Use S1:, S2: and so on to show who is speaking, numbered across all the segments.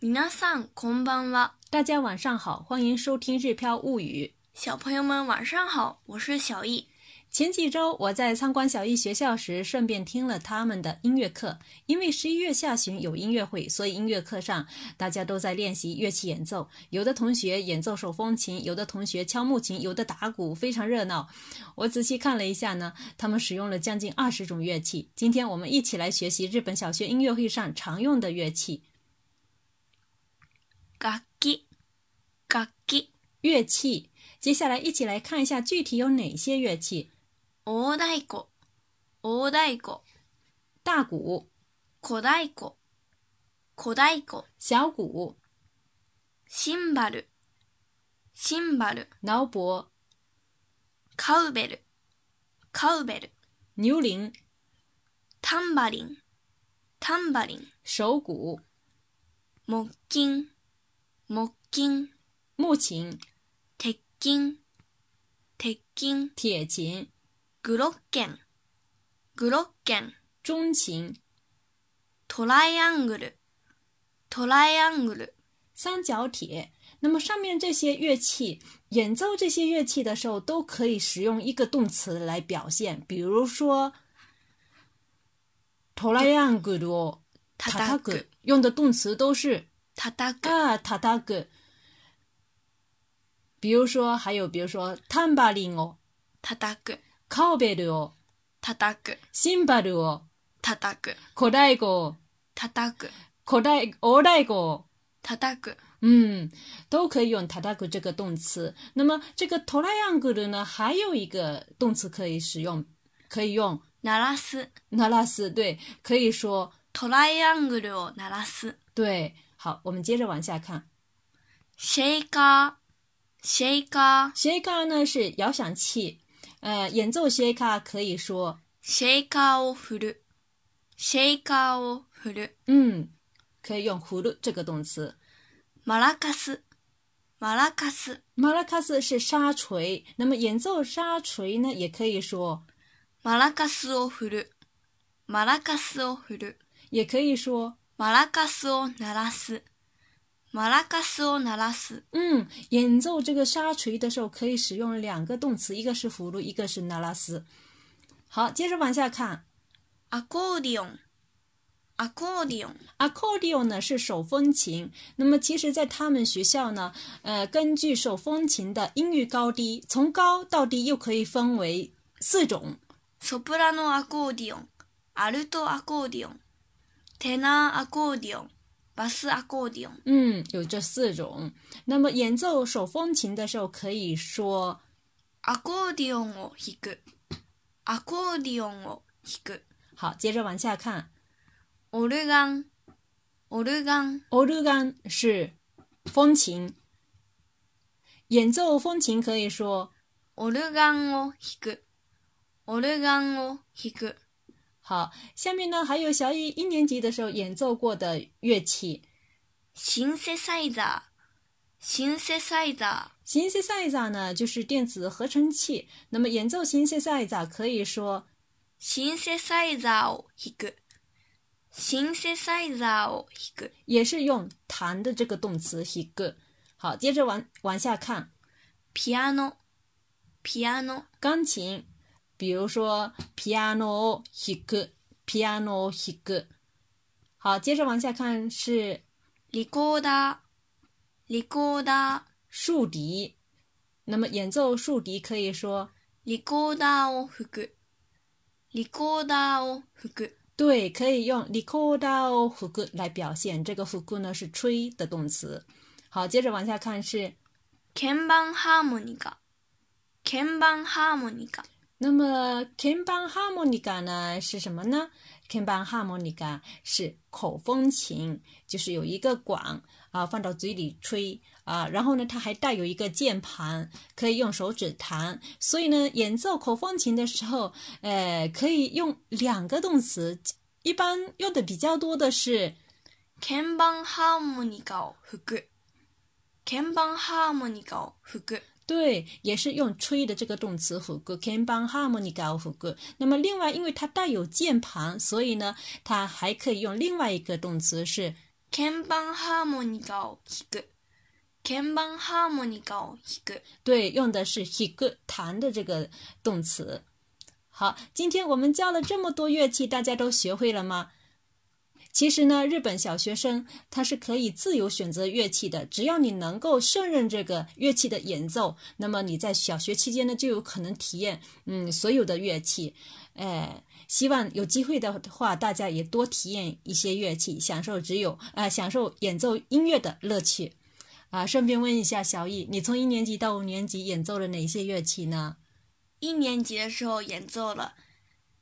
S1: 皆さんこんばんは。
S2: 大家晚上好，欢迎收听《日飘物语》。
S1: 小朋友们晚上好，我是小易。
S2: 前几周我在参观小艺学校时，顺便听了他们的音乐课。因为十一月下旬有音乐会，所以音乐课上大家都在练习乐器演奏。有的同学演奏手风琴，有的同学敲木琴，有的打鼓，非常热闹。我仔细看了一下呢，他们使用了将近二十种乐器。今天我们一起来学习日本小学音乐会上常用的乐器
S1: 楽器、楽器、
S2: ——乐器。接下来一起来看一下具体有哪些乐器：
S1: 大太鼓、大太鼓、
S2: 大鼓、
S1: 小太鼓、小太鼓、
S2: 小鼓、
S1: シンバル、シンバル、
S2: 铙钹、
S1: カウベル、カウベル、
S2: 牛铃、
S1: タンバリン、タンバリン、
S2: 手鼓、
S1: 木琴、木琴、
S2: 木琴。
S1: 鉄琴、鉄琴、
S2: 铁琴、
S1: グロッケン、グロッケン、
S2: 中琴、
S1: トライアングル、トライアングル、
S2: 三角铁。那么上面这些乐器演奏这些乐器的时候，都可以使用一个动词来表现，比如说トライアングルを叩
S1: 叩く
S2: く，用的动词都是
S1: 叩く、
S2: 啊叩く。比如说，还有比如说タンバリンを、
S1: 叩く、
S2: カーベルを、
S1: 叩く、
S2: シンバルを、
S1: 叩く、
S2: 古代鼓、
S1: 叩く、
S2: 古代オ代鼓。
S1: 叩く、
S2: 嗯，都可以用 “tadaku” 这个动词。那么这个 “triangle” 呢，还有一个动词可以使用，可以用
S1: 鳴らす、
S2: “naras”，对，可以说
S1: トライアングルを鳴らす、
S2: 对。好，我们接着往下看。
S1: シェイカー、シェイカー、
S2: shaker 呢是摇响器，呃，演奏 shaker 可以说
S1: シェイカーを振る、シェイカーを振る、
S2: 嗯，可以用 “hulu” 这个动词。
S1: マラカス、マラカス、
S2: maracas 是沙锤，那么演奏沙锤呢，也可以说，
S1: マラカスを振る、マラカスを振る。
S2: 也可以说
S1: マラカスを鳴らす。マラカスを鳴らす。
S2: 嗯，演奏这个沙锤的时候，可以使用两个动词，一个是葫芦，一个是那拉斯。好，接着往下看
S1: アコーディオン。アコーディオン。
S2: ，accordion 呢是手风琴。那么其实，在他们学校呢，呃，根据手风琴的音域高低，从高到低又可以分为四种。
S1: ソプラノアコーディオン。アルトアコーディオン。テナーアコーディオン。バスアコーディオン。
S2: 嗯，有这四种。那么演奏手风琴的时候，可以说
S1: アコーディオンを弾く。アコーディオンを弾く。
S2: 好。接着往下看
S1: オルガン。オルガン。
S2: ，organ 是风琴，演奏风琴可以说。
S1: オルガンを弾く。オルガンを弾く。
S2: 好，下面呢还有小雨一年级的时候演奏过的乐器
S1: シンセサイザー。シンセサイザー。
S2: ，synthesizer 呢就是电子合成器。那么演奏 synthesizer 可以说
S1: シンセサイザーを弾く。シンセサイザーを弾く。
S2: 也是用弹的这个动词 hig。好，接着往往下看，
S1: ピアノ、ピアノ、
S2: 钢琴，比如说 piano hig，piano hig。好，接着往下看是
S1: リコーダー、リコーダ
S2: 竖笛。那么演奏竖笛可以说
S1: ー、リコーダーを吹く。リコーダーを吹く。
S2: 对，可以用 recorder 胡歌来表现。这个胡歌呢是吹的动词。好，接着往下看是，
S1: 鍵盤ハーモニカ、鍵盤ハーモニカ、
S2: 那么 kanban harmonica 呢是什么呢？kanban harmonica 是口风琴，就是有一个管啊放到嘴里吹啊，然后呢它还带有一个键盘，可以用手指弹。所以呢演奏口风琴的时候，呃可以用两个动词，一般用的比较多的是。
S1: 鍵盤ハーモニカを吹く。鍵盤ハーモニカを吹く。
S2: 对，也是用吹的这个动词 h u g k a n b a n harmonica h u g 那么另外，因为它带有键盘，所以呢，它还可以用另外一个动词是
S1: 鍵盤ハーモニカを弾く。鍵盤ハーモニカを弾く。
S2: 对，用的是 h i g 弹的这个动词。好，今天我们教了这么多乐器，大家都学会了吗？其实呢，日本小学生他是可以自由选择乐器的，只要你能够胜任这个乐器的演奏，那么你在小学期间呢就有可能体验嗯所有的乐器。哎，希望有机会的话，大家也多体验一些乐器，享受只有啊、呃、享受演奏音乐的乐趣。啊，顺便问一下小易，你从一年级到五年级演奏了哪些乐器呢？
S1: 一年级的时候演奏了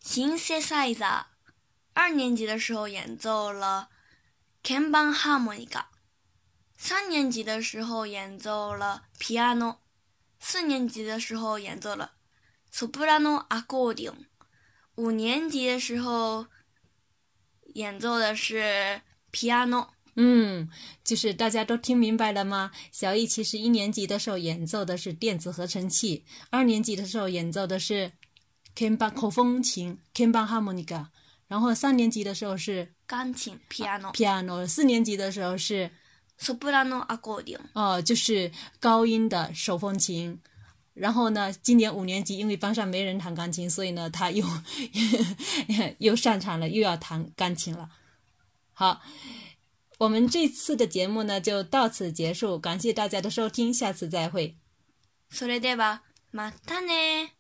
S1: シンセサイザー，二年级的时候演奏了鍵盤ハーモニカ，三年级的时候演奏了 piano，四年级的时候演奏了 soprano accordion，五年级的时候演奏的是 piano。
S2: 嗯，就是大家都听明白了吗？小易其实一年级的时候演奏的是电子合成器，二年级的时候演奏的是 kanban 口风琴 kanban harmonica，然后三年级的时候是
S1: 钢琴 piano、
S2: piano，四年级的时候是
S1: soprano accordion。
S2: 哦，就是高音的手风琴。然后呢，今年五年级因为班上没人弹钢琴，所以呢，他又 又上场了，又要弹钢琴了。好。我们这次的节目呢就到此结束，感谢大家的收听，下次再会。
S1: それではまたね。